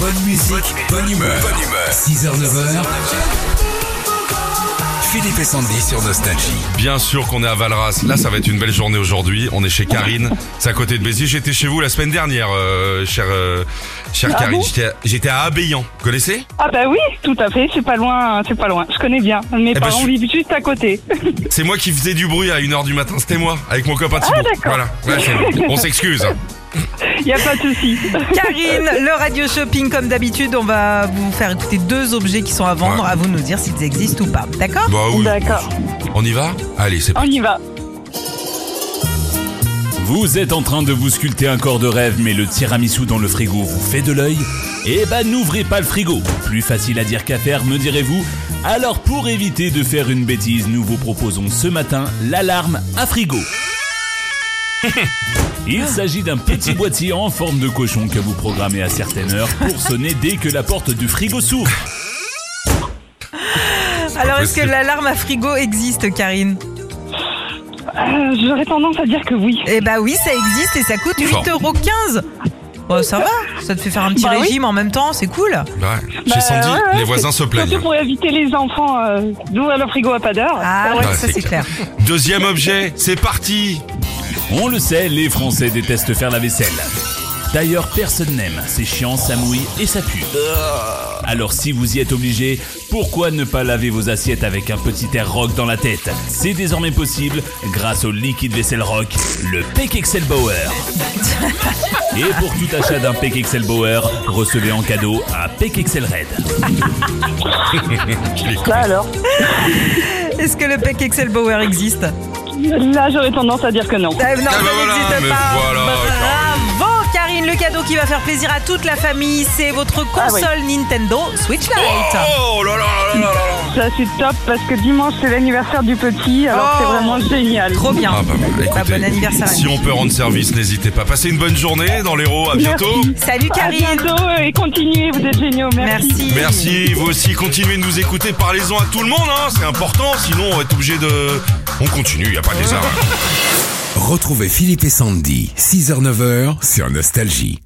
Bonne musique, bonne humeur. 6h, 9h. Philippe et Sandy sur Nostalgie. Bien sûr qu'on est à Valras. Là, ça va être une belle journée aujourd'hui. On est chez Karine. C'est à côté de Béziers. J'étais chez vous la semaine dernière, euh, chère, euh, chère Ah Karine. bon J'étais à- J'étais à Abéyan. Vous connaissez Ah bah oui, tout à fait, c'est pas loin, c'est pas loin. Je connais bien. Mes ben, parents je- vivent juste à côté. C'est moi qui faisais du bruit à 1h du matin. C'était moi, avec mon copain Thibaut. Ah, d'accord. voilà. Ouais, c'est- on s'excuse. Il y a pas de souci. Ah Karine, le radio shopping, comme d'habitude, on va vous faire écouter deux objets qui sont à vendre, Ouais. à vous de nous dire s'ils existent ou pas. D'accord Bah oui. D'accord. On y va Allez, c'est On parti. y va. Vous êtes en train de vous sculpter un corps de rêve, mais le tiramisu dans le frigo vous fait de l'œil Eh ben n'ouvrez pas le frigo Plus facile à dire qu'à faire, me direz-vous Alors pour éviter de faire une bêtise, nous vous proposons ce matin l'alarme à frigo. Il s'agit d'un petit boîtier en forme de cochon que vous programmez à certaines heures pour sonner dès que la porte du frigo s'ouvre. Alors, est-ce que possible. l'alarme à frigo existe, Karine Euh, J'aurais tendance à dire que oui. Eh bah oui, ça existe et ça coûte Fort. 8,15€. Bon, ça va, ça te fait faire un petit Bah oui. régime en même temps, c'est cool. Ouais. Bah, Chez Sandy, ouais, ouais, les voisins se plaignent. Surtout pour éviter les enfants euh, d'ouvrir le frigo à pas d'heure. Ah ouais, Ouais, ça c'est c'est clair. Deuxième objet, c'est parti. On le sait, les Français détestent faire la vaisselle. D'ailleurs, personne n'aime. C'est chiant, ça mouille et ça pue. Alors si vous y êtes obligé, pourquoi ne pas laver vos assiettes avec un petit air rock dans la tête C'est désormais possible grâce au liquide vaisselle rock, le Peck Excel Bauer. Et pour tout achat d'un Peck Excel Bauer, recevez en cadeau un Peck Excel Red. Ça alors. Est-ce que le Peck Excel Bauer existe Là, j'aurais tendance à dire que non. Ah, Non, Ah bah ça voilà, n'existe mais pas. voilà, Bravo, Karine, le cadeau qui va faire plaisir à toute la famille, c'est votre Ah oui. console Nintendo Switch Lite. Oh là là là là là là. Ça, c'est top parce que dimanche, c'est l'anniversaire du petit. Alors, Oh. c'est vraiment génial. Trop bien. Ah, bah, bah, Bah, écoutez, bon anniversaire. Si on peut rendre service, n'hésitez pas. Passez une bonne journée dans l'Hérault. À bientôt. Merci. Salut À Karine. bientôt euh, et continuez, vous êtes géniaux. Merci. Merci, vous aussi continuez de nous écouter, parlez-en à tout le monde, hein, c'est important, sinon on va être obligé de... On continue, il a pas de désert. Retrouvez Philippe et Sandy, 6h, 9h sur Nostalgie.